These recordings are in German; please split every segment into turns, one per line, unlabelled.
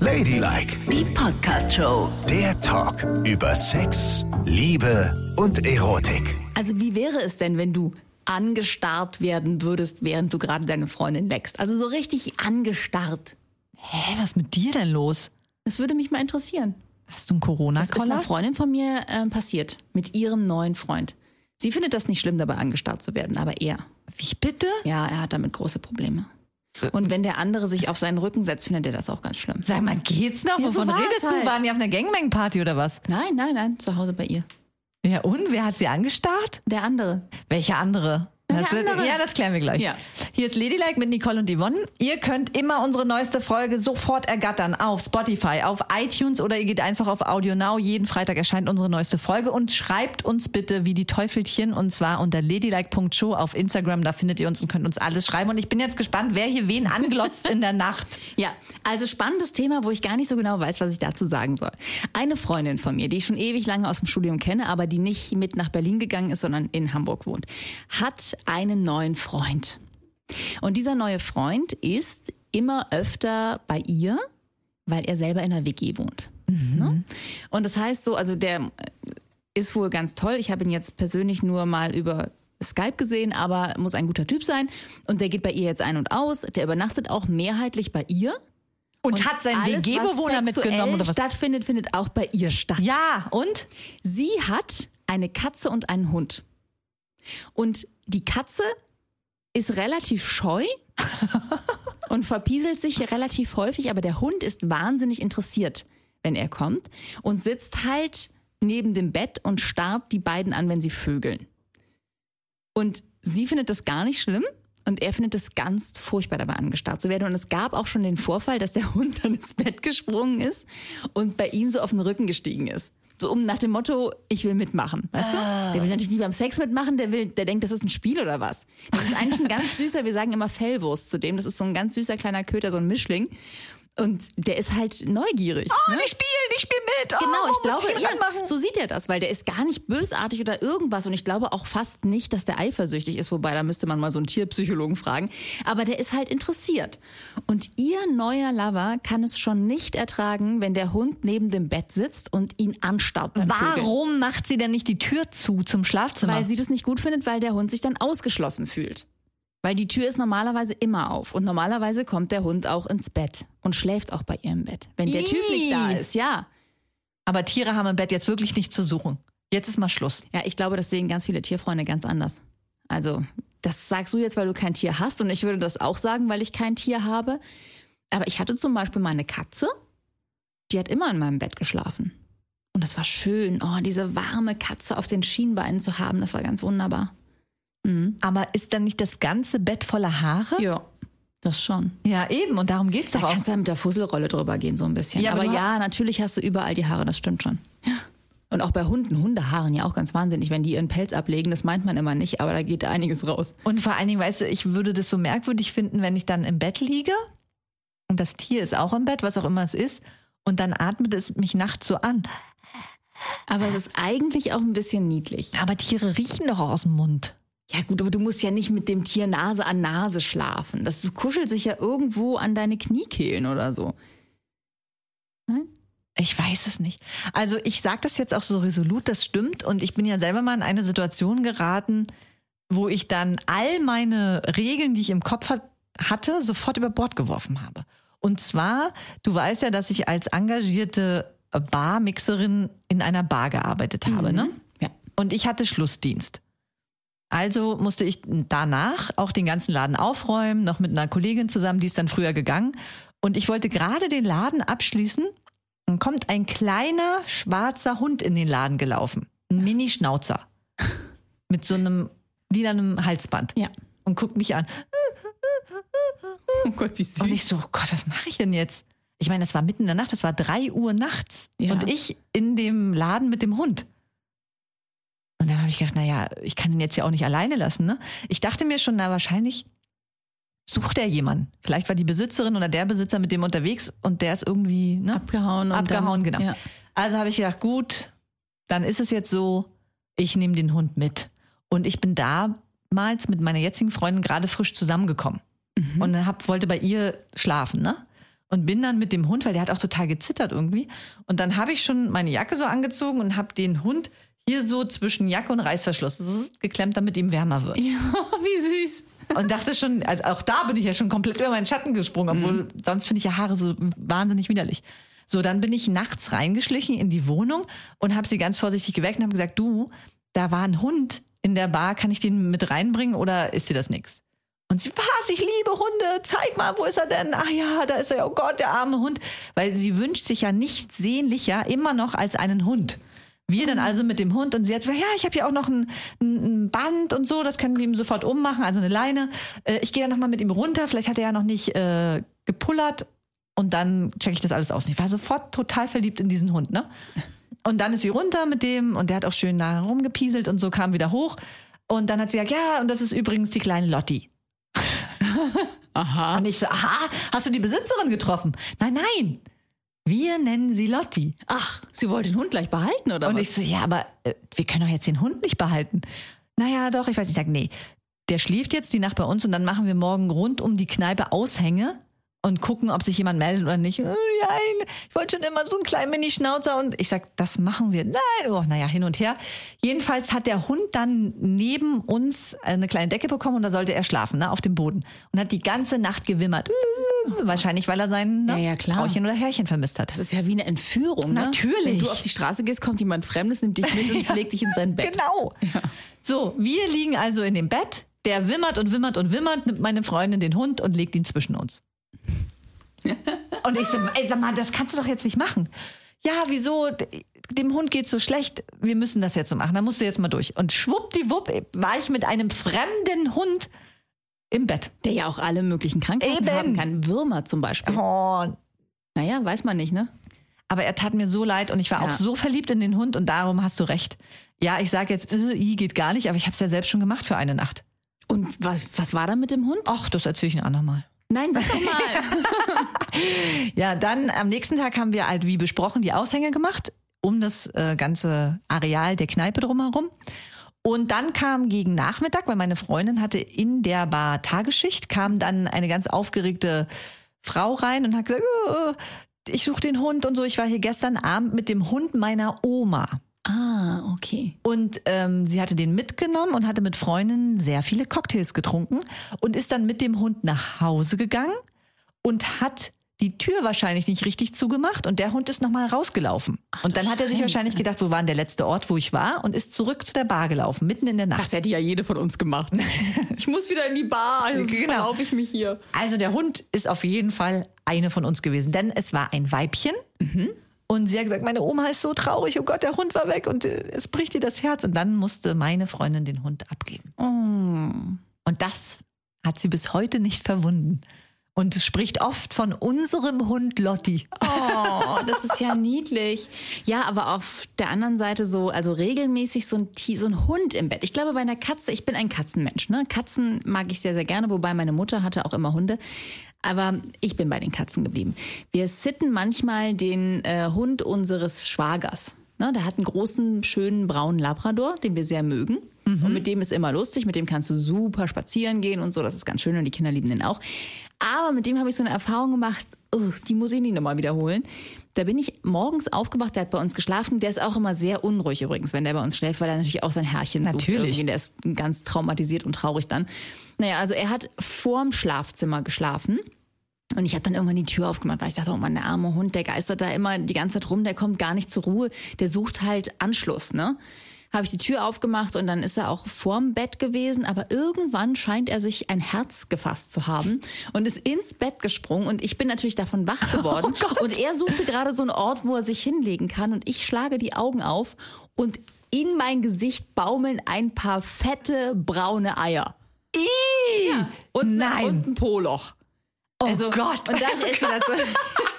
Ladylike,
Die Podcast-Show.
der Talk über Sex, Liebe und Erotik.
Also wie wäre es denn, wenn du angestarrt werden würdest, während du gerade deine Freundin leckst? Also so richtig angestarrt.
Hä, was ist mit dir denn los?
Das würde mich mal interessieren.
Hast du einen
Das ist einer
Corona-Koller?
Freundin von mir ähm, passiert mit ihrem neuen Freund. Sie findet das nicht schlimm, dabei angestarrt zu werden, aber er.
Wie bitte?
Ja, er hat damit große Probleme. Und wenn der andere sich auf seinen Rücken setzt, findet er das auch ganz schlimm.
Sag mal, geht's noch?
Ja, so
Wovon
war's
redest
halt.
du? Waren die auf einer Gangbang-Party oder was?
Nein, nein, nein, zu Hause bei ihr.
Ja, und? Wer hat sie angestarrt?
Der andere.
Welche andere?
Na,
Das
der
wird-
andere.
Ja, das klären wir gleich.
Ja.
Hier ist Ladylike mit Nicole und Yvonne. Ihr könnt immer unsere neueste Folge sofort ergattern auf Spotify, auf iTunes oder ihr geht einfach auf Audio Now. Jeden Freitag erscheint unsere neueste Folge und schreibt uns bitte wie die Teufelchen und zwar unter ladylike.show auf Instagram. Da findet ihr uns und könnt uns alles schreiben. Und ich bin jetzt gespannt, wer hier wen anglotzt in der Nacht.
Ja, also spannendes Thema, wo ich gar nicht so genau weiß, was ich dazu sagen soll. Eine Freundin von mir, die ich schon ewig lange aus dem Studium kenne, aber die nicht mit nach Berlin gegangen ist, sondern in Hamburg wohnt, hat einen neuen Freund. Und dieser neue Freund ist immer öfter bei ihr, weil er selber in einer WG wohnt. Ne? Und das heißt so, also der ist wohl ganz toll. Ich habe ihn jetzt persönlich nur mal über Skype gesehen, aber muss ein guter Typ sein. Und der geht bei ihr jetzt ein und aus. Der übernachtet auch mehrheitlich bei ihr.
Und, hat seinen
alles,
WG-Bewohner
was sexuell
mitgenommen oder was?
stattfindet, findet auch bei ihr statt.
Ja, und?
Sie hat eine Katze und einen Hund. Und die Katze ist relativ scheu und verpieselt sich relativ häufig, aber der Hund ist wahnsinnig interessiert, wenn er kommt und sitzt halt neben dem Bett und starrt die beiden an, wenn sie vögeln. Und sie findet das gar nicht schlimm und er findet das ganz furchtbar dabei angestarrt zu werden. Und es gab auch schon den Vorfall, dass der Hund dann ins Bett gesprungen ist und bei ihm so auf den Rücken gestiegen ist. So um nach dem Motto, ich will mitmachen, weißt du? Der will natürlich nie beim Sex mitmachen, der will, der denkt, das ist ein Spiel oder was. Das ist eigentlich ein ganz süßer, wir sagen immer Fellwurst zu dem, das ist so ein ganz süßer kleiner Köter, so ein Mischling. Und der ist halt neugierig.
Oh, ich spiele, ich spiele mit. Oh,
Genau, ich
muss
glaube,
hier
ja,
mitmachen?
so sieht er das, weil der ist gar nicht bösartig oder irgendwas und ich glaube auch fast nicht, dass der eifersüchtig ist, wobei da müsste man mal so einen Tierpsychologen fragen, aber der ist halt interessiert. Und ihr neuer Lover kann es schon nicht ertragen, wenn der Hund neben dem Bett sitzt und ihn anstarrt. beim Vögeln.
Warum macht sie denn nicht die Tür zu zum Schlafzimmer?
Weil sie das nicht gut findet, weil der Hund sich dann ausgeschlossen fühlt. Weil die Tür ist normalerweise immer auf und normalerweise kommt der Hund auch ins Bett und schläft auch bei ihr im Bett, wenn der Typ nicht da
Ih.
ist, ja.
Aber Tiere haben im Bett jetzt wirklich nichts zu suchen. Jetzt ist mal Schluss.
Ja, ich glaube, das sehen ganz viele Tierfreunde ganz anders. Also, das sagst du jetzt, weil du kein Tier hast und ich würde das auch sagen, weil ich kein Tier habe. Aber ich hatte zum Beispiel meine Katze, die hat immer in meinem Bett geschlafen. Und das war schön. Oh, diese warme Katze auf den Schienbeinen zu haben, das war ganz wunderbar. Mhm.
Aber ist dann nicht das ganze Bett voller Haare?
Ja, das schon.
Ja, eben. Und darum geht's
Da
doch auch.
kannst du ja mit der Fusselrolle drüber gehen, so ein bisschen.
Ja, aber
aber
du
ja, natürlich hast du überall die Haare, das stimmt schon. Ja. Und auch bei Hunden, Hunde haaren ja auch ganz wahnsinnig, wenn die ihren Pelz ablegen, das meint man immer nicht, aber da geht einiges raus.
Und vor allen Dingen, weißt du, ich würde das so merkwürdig finden, wenn ich dann im Bett liege und das Tier ist auch im Bett, was auch immer es ist, und dann atmet es mich nachts so an.
Aber es ist eigentlich auch ein bisschen niedlich.
Aber Tiere riechen doch auch aus dem Mund.
Ja gut, aber du musst ja nicht mit dem Tier Nase an Nase schlafen. Das kuschelt sich ja irgendwo an deine Kniekehlen oder so.
Ich weiß es nicht. Also ich sage das jetzt auch so resolut, das stimmt. Und ich bin ja selber mal in eine Situation geraten, wo ich dann all meine Regeln, die ich im Kopf hat, hatte, sofort über Bord geworfen habe. Und zwar, du weißt ja, dass ich als engagierte Barmixerin in einer Bar gearbeitet habe.
Mhm.
Ne?
Ja.
Und ich hatte Schlussdienst. Also musste ich danach auch den ganzen Laden aufräumen, noch mit einer Kollegin zusammen, die ist dann früher gegangen. Und ich wollte gerade den Laden abschließen. Dann kommt ein kleiner schwarzer Hund in den Laden gelaufen. Ein Mini-Schnauzer. Mit so einem lilanen Halsband.
Ja.
Und guckt mich an.
Oh Gott, wie süß.
Und ich so, oh Gott, was mache ich denn jetzt? Ich meine, das war mitten in der Nacht, das war drei Uhr nachts.
Ja.
Und ich in dem Laden mit dem Hund. Und dann habe ich gedacht, naja, ich kann ihn jetzt ja auch nicht alleine lassen. Ne? Ich dachte mir schon, na wahrscheinlich sucht er jemanden. Vielleicht war die Besitzerin oder der Besitzer mit dem unterwegs und der ist irgendwie ne?
abgehauen. Und
abgehauen,
dann,
genau.
Ja.
Also habe ich gedacht, gut, dann ist es jetzt so, ich nehme den Hund mit. Und ich bin damals
Mhm.
mit meiner jetzigen Freundin gerade frisch zusammengekommen und hab, wollte bei ihr schlafen, ne? und bin dann mit dem Hund, weil der hat auch total gezittert irgendwie. Und dann habe ich schon meine Jacke so angezogen und habe den Hund hier so zwischen Jacke und Reißverschluss zzz, geklemmt, damit ihm wärmer wird.
Ja, wie süß.
Und dachte schon, also auch da bin ich ja schon komplett über meinen Schatten gesprungen, obwohl sonst finde ich ja Haare so wahnsinnig widerlich. So, dann bin ich nachts reingeschlichen in die Wohnung und habe sie ganz vorsichtig geweckt und habe gesagt, du, da war ein Hund in der Bar, kann ich den mit reinbringen oder ist dir das nix? Und sie, was, ich liebe Hunde, zeig mal, wo ist er denn? Ach ja, da ist er, oh Gott, der arme Hund. Weil sie wünscht sich ja nichts sehnlicher immer noch als einen Hund. Wir dann also mit dem Hund und sie hat gesagt, ja, ich habe hier auch noch ein, ein ein Band und so, das können wir ihm sofort ummachen, also eine Leine. Äh, ich gehe dann nochmal mit ihm runter, vielleicht hat er ja noch nicht äh, gepullert und dann checke ich das alles aus. Und ich war sofort total verliebt in diesen Hund, ne? Und dann ist sie runter mit dem und der hat auch schön da rumgepieselt und so kam wieder hoch. Und dann hat sie gesagt, ja, und das ist übrigens die kleine Lotti. aha. Und ich so, aha, hast du die Besitzerin getroffen? Nein, nein. Wir nennen sie Lotti.
Ach, sie wollte den Hund gleich behalten, oder
Und
was?
ich so, ja, aber äh, wir können doch jetzt den Hund nicht behalten. Naja, doch, ich weiß nicht, ich sag, nee, der schläft jetzt die Nacht bei uns und dann machen wir morgen rund um die Kneipe Aushänge und gucken, ob sich jemand meldet oder nicht. Äh, Nein, ich wollte schon immer so einen kleinen Mini-Schnauzer und ich sag, das machen wir. Nein, oh, naja, hin und her. Jedenfalls hat der Hund dann neben uns äh, eine kleine Decke bekommen und da sollte er schlafen, ne, auf dem Boden. Und hat die ganze Nacht gewimmert. Äh, Wahrscheinlich, weil er sein ne,
Ja, ja, klar.
Frauchen oder Herrchen vermisst hat.
das ist ja wie eine Entführung. Ne?
Natürlich.
Wenn du auf die Straße gehst, kommt jemand Fremdes, nimmt dich mit und legt dich in sein Bett.
Genau. So, wir liegen also in dem Bett. Der wimmert und wimmert und wimmert, nimmt meine Freundin den Hund und legt ihn zwischen uns. Und ich so, ey, sag mal, das kannst du doch jetzt nicht machen. Ja, wieso? D- Dem Hund geht's so schlecht. Wir müssen das jetzt so machen. Da musst du jetzt mal durch. Und schwuppdiwupp war ich mit einem fremden Hund im Bett.
Der ja auch alle möglichen Krankheiten
Eben.
haben kann. Würmer zum Beispiel.
Oh,
Naja, weiß man nicht, ne?
Aber er tat mir so leid und ich war
Ja.
auch so verliebt in den Hund und darum hast du recht. Ja, ich sage jetzt, äh, i geht gar nicht, aber ich habe es ja selbst schon gemacht für eine Nacht.
Und was, was war da mit dem Hund?
Ach, das erzähle ich Ihnen auch nochmal.
Nein, sag doch mal.
Ja, dann am nächsten Tag haben wir halt wie besprochen die Aushänge gemacht um das äh, ganze Areal der Kneipe drumherum. Und dann kam gegen Nachmittag, weil meine Freundin hatte in der Bar Tagesschicht, kam dann eine ganz aufgeregte Frau rein und hat gesagt, "Oh, ich suche den Hund und so. Ich war hier gestern Abend mit dem Hund meiner Oma.
ah, okay.
Und ähm, sie hatte den mitgenommen und hatte mit Freundinnen sehr viele Cocktails getrunken und ist dann mit dem Hund nach Hause gegangen und hat die Tür wahrscheinlich nicht richtig zugemacht und der Hund ist nochmal rausgelaufen. und
du
dann hat er sich
Scheiße.
wahrscheinlich gedacht, wo war denn der letzte Ort, wo ich war und ist zurück zu der Bar gelaufen, mitten in der Nacht.
Das hätte ja jede von uns gemacht. Ich muss wieder in die Bar, sonst
Genau.
verlaufe ich mich hier.
Also der Hund ist auf jeden Fall eine von uns gewesen, denn es war ein Weibchen.
Mhm.
Und sie hat gesagt, meine Oma ist so traurig, oh Gott, der Hund war weg und äh, es bricht ihr das Herz. Und dann musste meine Freundin den Hund abgeben.
Oh.
Und das hat sie bis heute nicht verwunden. Und spricht oft von unserem Hund Lotti.
Oh, das ist ja niedlich. Ja, aber auf der anderen Seite so, also regelmäßig so ein, Ti- so ein Hund im Bett. Ich glaube, bei einer Katze, ich bin ein Katzenmensch. Ne? Katzen mag ich sehr, sehr gerne, wobei meine Mutter hatte auch immer Hunde. Aber ich bin bei den Katzen geblieben. Wir sitten manchmal den äh, Hund unseres Schwagers. Ne? Der hat einen großen, schönen braunen Labrador, den wir sehr mögen. Und mit dem ist immer lustig, mit dem kannst du super spazieren gehen und so, das ist ganz schön und die Kinder lieben den auch. Aber mit dem habe ich so eine Erfahrung gemacht, ugh, die muss ich nicht nochmal wiederholen. Da bin ich morgens aufgewacht, der hat bei uns geschlafen, der ist auch immer sehr unruhig übrigens, wenn der bei uns schläft, weil er natürlich auch sein Herrchen sucht.
Natürlich.
irgendwie. Der ist ganz traumatisiert und traurig dann. Naja, also er hat vorm Schlafzimmer geschlafen. Und ich habe dann irgendwann die Tür aufgemacht, weil ich dachte, oh Mann, der arme Hund, der geistert da immer die ganze Zeit rum, der kommt gar nicht zur Ruhe, der sucht halt Anschluss, ne? Habe ich die Tür aufgemacht und dann ist er auch vorm Bett gewesen, aber irgendwann scheint er sich ein Herz gefasst zu haben und ist ins Bett gesprungen und ich bin natürlich davon wach
Oh
geworden und er suchte gerade so einen Ort, wo er sich hinlegen kann und ich schlage die Augen auf und in mein Gesicht baumeln ein paar fette braune Eier
Ih,
und,
Nein.
und ein Poloch.
oh
Also,
Gott,
Und da hab ich echt gedacht, so,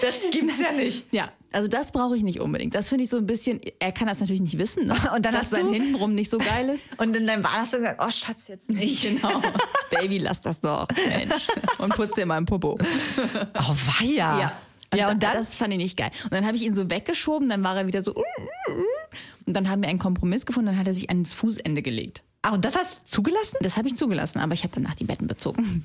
das gibt's ja nicht.
Ja, also das brauche ich nicht unbedingt. Das finde ich so ein bisschen, er kann das natürlich nicht wissen, ne?
Und dann
dass
hast
sein
du-
hintenrum nicht so geil ist.
Und in deinem Bar hast du gesagt, oh Schatz, jetzt nicht.
Genau. Baby, lass das doch, Mensch. Und putz dir mal einen Popo.
Oh weia.
Ja.
ja und
da-
dann
Das fand ich nicht geil. Und dann habe ich ihn so weggeschoben, dann war er wieder so. "Mm, mm, mm." Und dann haben wir einen Kompromiss gefunden, dann hat er sich ans Fußende gelegt.
Ah, und das hast du zugelassen?
Das habe ich zugelassen, aber ich habe danach die Betten bezogen.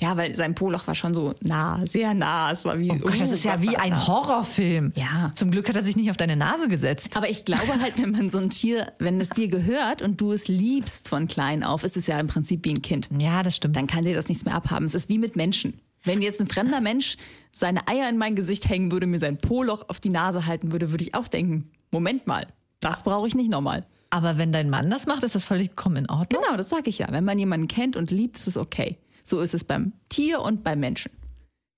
Ja, weil sein Poloch war schon so nah, sehr nah. Es war wie,
Oh Gott, das ist ja
Gott,
wie
war das
ein
nah.
Horrorfilm.
Ja.
Zum Glück hat er sich nicht auf deine Nase gesetzt.
Aber ich glaube halt, wenn man so ein Tier, wenn es dir gehört und du es liebst von klein auf, ist es ja im Prinzip wie ein Kind.
Ja, das stimmt.
Dann kann dir das nichts mehr abhaben. Es ist wie mit Menschen. Wenn jetzt ein fremder Mensch seine Eier in mein Gesicht hängen würde, mir sein Poloch auf die Nase halten würde, würde ich auch denken, Moment mal, das brauche ich nicht nochmal.
Aber wenn dein Mann das macht, ist das völlig kommen in Ordnung.
Genau, das sage ich ja. Wenn man jemanden kennt und liebt, ist es okay. So ist es beim Tier und beim Menschen.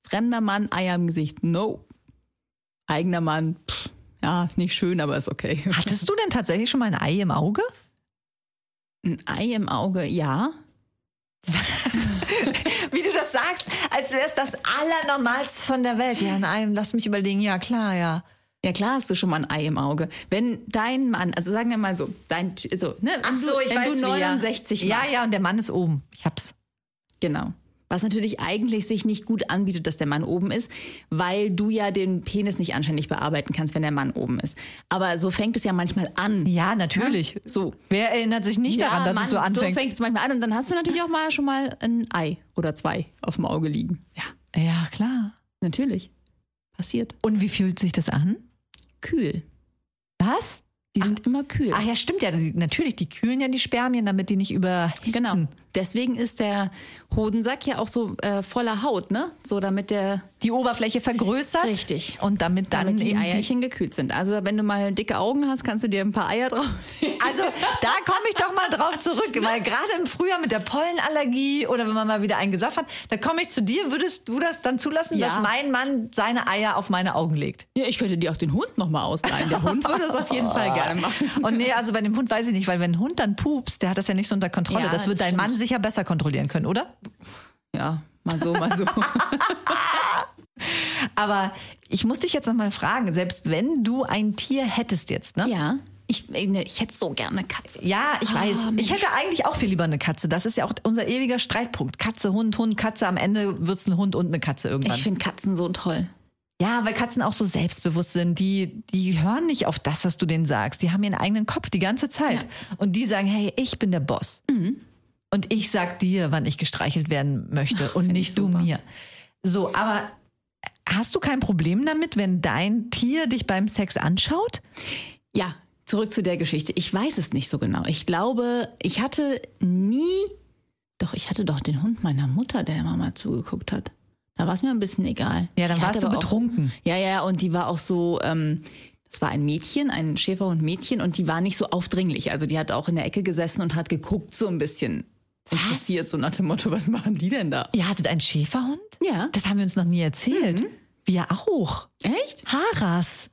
Fremder Mann, Eier im Gesicht, no. Eigener Mann, pff, ja, nicht schön, aber ist okay.
Hattest du denn tatsächlich schon mal ein Ei im Auge?
Ein Ei im Auge, ja.
Wie du das sagst, als wäre es das Allernormalste von der Welt. Ja, in einem, lass mich überlegen, ja klar, ja.
Ja klar, hast du schon mal ein Ei im Auge. Wenn dein Mann, also sagen wir mal so, dein, so, ne, wenn du, wenn du 69
ja.
machst,
Ja, ja, und der Mann ist oben. Ich hab's.
Genau. Was natürlich eigentlich sich nicht gut anbietet, dass der Mann oben ist, weil du ja den Penis nicht anständig bearbeiten kannst, wenn der Mann oben ist. Aber so fängt es ja manchmal an.
Ja, natürlich.
So.
Wer erinnert sich nicht daran,
ja,
dass
Mann,
es so anfängt?
So fängt es manchmal an und dann hast du natürlich auch mal schon mal ein Ei oder zwei auf dem Auge liegen. Ja,
ja, klar.
natürlich. Passiert.
Und wie fühlt sich das an?
Kühl.
Was?
Die sind immer kühl.
Ach ja, stimmt ja. Die, natürlich, die kühlen ja die Spermien, damit die nicht überhitzen.
Genau. Deswegen ist der Hodensack ja auch so äh, voller Haut, ne? So damit der
Die Oberfläche vergrößert.
Richtig.
Und damit dann
damit die
eben die
Eierchen gekühlt sind. Also wenn du mal dicke Augen hast, kannst du dir ein paar Eier drauf.
Also da komme ich doch mal drauf zurück, weil gerade im Frühjahr mit der Pollenallergie oder wenn man mal wieder einen gesoffen hat, da komme ich zu dir. Würdest du das dann zulassen,
Ja.
dass mein Mann seine Eier auf meine Augen legt?
Ja, ich könnte dir auch den Hund nochmal ausleihen. Der Hund würde das auf jeden Fall gerne machen.
Und nee, also bei dem Hund weiß ich nicht, weil wenn ein Hund dann pupst, der hat das ja nicht so unter Kontrolle.
Ja,
das wird
das
dein
stimmt.
Mann sicher besser kontrollieren können, oder?
Ja, mal so, mal so.
Aber ich muss dich jetzt nochmal fragen, selbst wenn du ein Tier hättest jetzt, ne?
ja, ich, ich hätte so gerne eine Katze.
Ja, ich weiß.
Ah,
ich hätte eigentlich auch viel lieber eine Katze. Das ist ja auch unser ewiger Streitpunkt. Katze, Hund, Hund, Katze. Am Ende wird's ein Hund und eine Katze irgendwann.
Ich finde Katzen so toll.
Ja, weil Katzen auch so selbstbewusst sind. Die, die hören nicht auf das, was du denen sagst. Die haben ihren eigenen Kopf die ganze Zeit. Und die sagen, hey, ich bin der Boss. Und ich sag dir, wann ich gestreichelt werden möchte und
find
nicht
ich
du
super.
mir. So, aber hast du kein Problem damit, wenn dein Tier dich beim Sex anschaut?
Ja, zurück zu der Geschichte. Ich weiß es nicht so genau. Ich glaube, ich hatte nie. Doch, ich hatte doch den Hund meiner Mutter, der immer mal zugeguckt hat. Da war es mir ein bisschen egal.
Ja, dann
Ich
warst
hatte
du
aber auch-
betrunken.
Ja, ja, und die war auch so, ähm, es war ein Mädchen, ein Schäferhund-Mädchen, und die war nicht so aufdringlich. Also die hat auch in der Ecke gesessen und hat geguckt, so ein bisschen interessiert, so nach dem Motto, was machen die denn da?
Ihr hattet einen Schäferhund?
Ja.
Das haben wir uns noch nie erzählt. Wir auch.
Echt?
Mhm. Haras.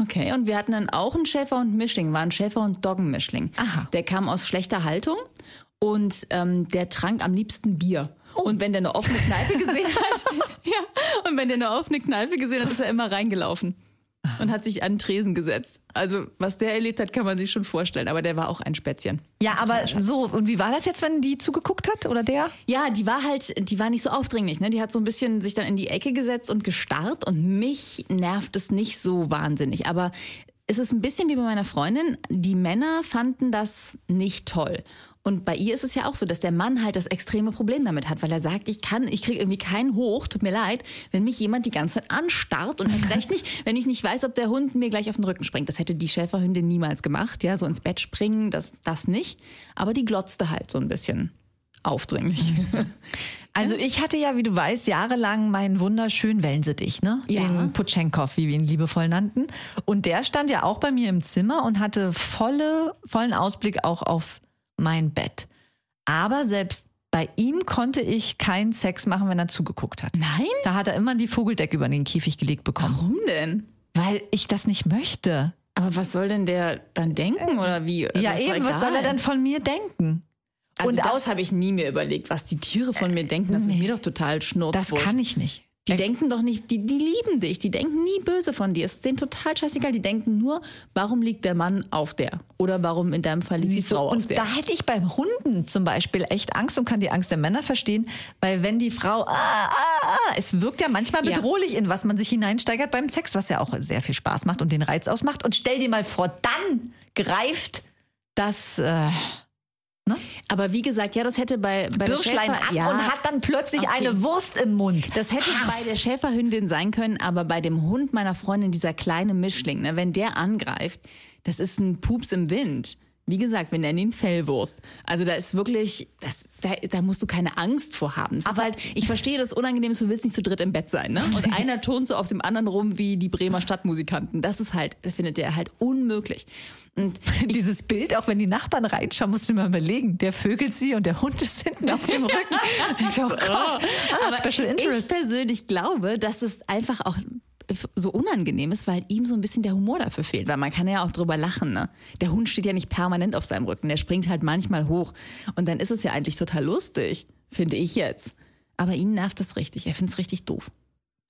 Okay, und wir hatten dann auch einen Schäferhund-Mischling, war ein Schäferhund-Doggen-Mischling.
Aha.
Der kam aus schlechter Haltung und ähm, der trank am liebsten Bier. Und wenn der eine offene Kneipe gesehen hat, ja, und wenn der eine offene Kneipe gesehen hat, ist er immer reingelaufen und hat sich an den Tresen gesetzt. Also, was der erlebt hat, kann man sich schon vorstellen, aber der war auch ein Spätzchen.
Ja, aber so, und wie war das jetzt, wenn die zugeguckt hat oder der?
Ja, die war halt, die war nicht so aufdringlich, ne? Die hat so ein bisschen sich dann in die Ecke gesetzt und gestarrt und mich nervt es nicht so wahnsinnig. Aber es ist ein bisschen wie bei meiner Freundin, die Männer fanden das nicht toll. Und bei ihr ist es ja auch so, dass der Mann halt das extreme Problem damit hat, weil er sagt, ich kann, ich kriege irgendwie keinen hoch, tut mir leid, wenn mich jemand die ganze Zeit anstarrt und erst recht nicht, wenn ich nicht weiß, ob der Hund mir gleich auf den Rücken springt. Das hätte die Schäferhündin niemals gemacht, ja, so ins Bett springen, das, das nicht. Aber die glotzte halt so ein bisschen aufdringlich.
Also ich hatte ja, wie du weißt, jahrelang meinen wunderschönen Wellensittich, ne?
Ja.
Den Putschenkopf, wie wir ihn liebevoll nannten. Und der stand ja auch bei mir im Zimmer und hatte volle, vollen Ausblick auch auf mein Bett. Aber selbst bei ihm konnte ich keinen Sex machen, wenn er zugeguckt hat.
Nein?
Da hat er immer die Vogeldeck über den Käfig gelegt bekommen,
Warum denn?
weil ich das nicht möchte.
Aber was soll denn der dann denken oder wie?
ja,
Das ist doch
eben, was
egal.
soll er dann von mir denken?
Also
und
und das
aus-
habe ich nie mir überlegt, was die Tiere von mir denken. Das ist mir doch total
Das
schnurzwurst.
kann äh ich nicht.
die denken doch nicht, die, die lieben dich, die denken nie böse von dir. Es ist denen total scheißegal. Die denken nur, warum liegt der Mann auf der? Oder warum in deinem Fall liegt die
Siehst du,
Frau auf
und
der?
da hätte ich beim Hunden zum Beispiel echt Angst und kann die Angst der Männer verstehen, weil wenn die Frau, ah, ah, ah, es wirkt ja manchmal
Ja.
bedrohlich, in was man sich hineinsteigert beim Sex, was ja auch sehr viel Spaß macht und den Reiz ausmacht. Und stell dir mal vor, dann greift das äh, Ne?
Aber wie gesagt, ja, das hätte bei, bei der
Bürschlein
Schäfer,
ab
ja,
und hat dann plötzlich
Okay.
eine Wurst im Mund.
Das hätte bei der Schäferhündin sein können, aber bei dem Hund meiner Freundin, dieser kleine Mischling, ne, wenn der angreift, das ist ein Pups im Wind. Wie gesagt, wir nennen ihn Fellwurst. Also da ist wirklich, das, da, da musst du keine Angst vor haben. Es ist
Aber-
halt, ich verstehe das Unangenehm, ist, du willst nicht zu dritt im Bett sein. Ne? Und einer turnt so auf dem anderen rum wie die Bremer Stadtmusikanten. Das ist halt, findet er halt unmöglich. Und
Dieses Bild, auch wenn die Nachbarn reinschauen, musst du mal überlegen. Der vögelt sie und der Hund ist hinten auf dem Rücken. ich dachte, oh Gott, ah,
Aber
Special
Ich
Interest.
persönlich glaube, dass es einfach auch so unangenehm ist, weil ihm so ein bisschen der Humor dafür fehlt, weil man kann ja auch drüber lachen. Ne? Der Hund steht ja nicht permanent auf seinem Rücken, der springt halt manchmal hoch und dann ist es ja eigentlich total lustig, finde ich jetzt. Aber ihn nervt das richtig, er findet es richtig doof.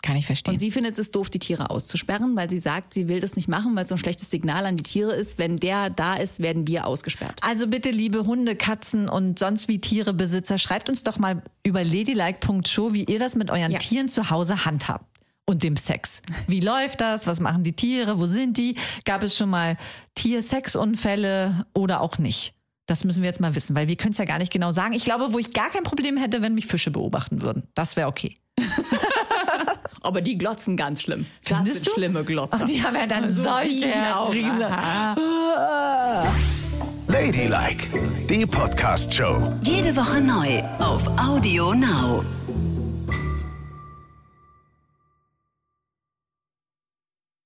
Kann ich verstehen.
Und sie findet es doof, die Tiere auszusperren, weil sie sagt, sie will das nicht machen, weil es so ein schlechtes Signal an die Tiere ist, wenn der da ist, werden wir ausgesperrt.
Also bitte, liebe Hunde, Katzen und sonst wie Tierebesitzer, schreibt uns doch mal über ladylike.show, wie ihr das mit euren
Ja.
Tieren zu Hause handhabt. Und dem Sex. Wie läuft das? Was machen die Tiere? Wo sind die? Gab es schon mal Tiersexunfälle oder auch nicht? Das müssen wir jetzt mal wissen, weil wir können es ja gar nicht genau sagen. Ich glaube, wo ich gar kein Problem hätte, wenn mich Fische beobachten würden. Das wäre okay.
Aber die glotzen ganz schlimm. das
Findest
sind
du?
schlimme Glotzer. Also Ah.
Und die haben Oh, ja dann
So
solche
Riesenaugen.
Riesen.
Ladylike, die Podcast-Show.
Jede Woche neu auf Audio Now.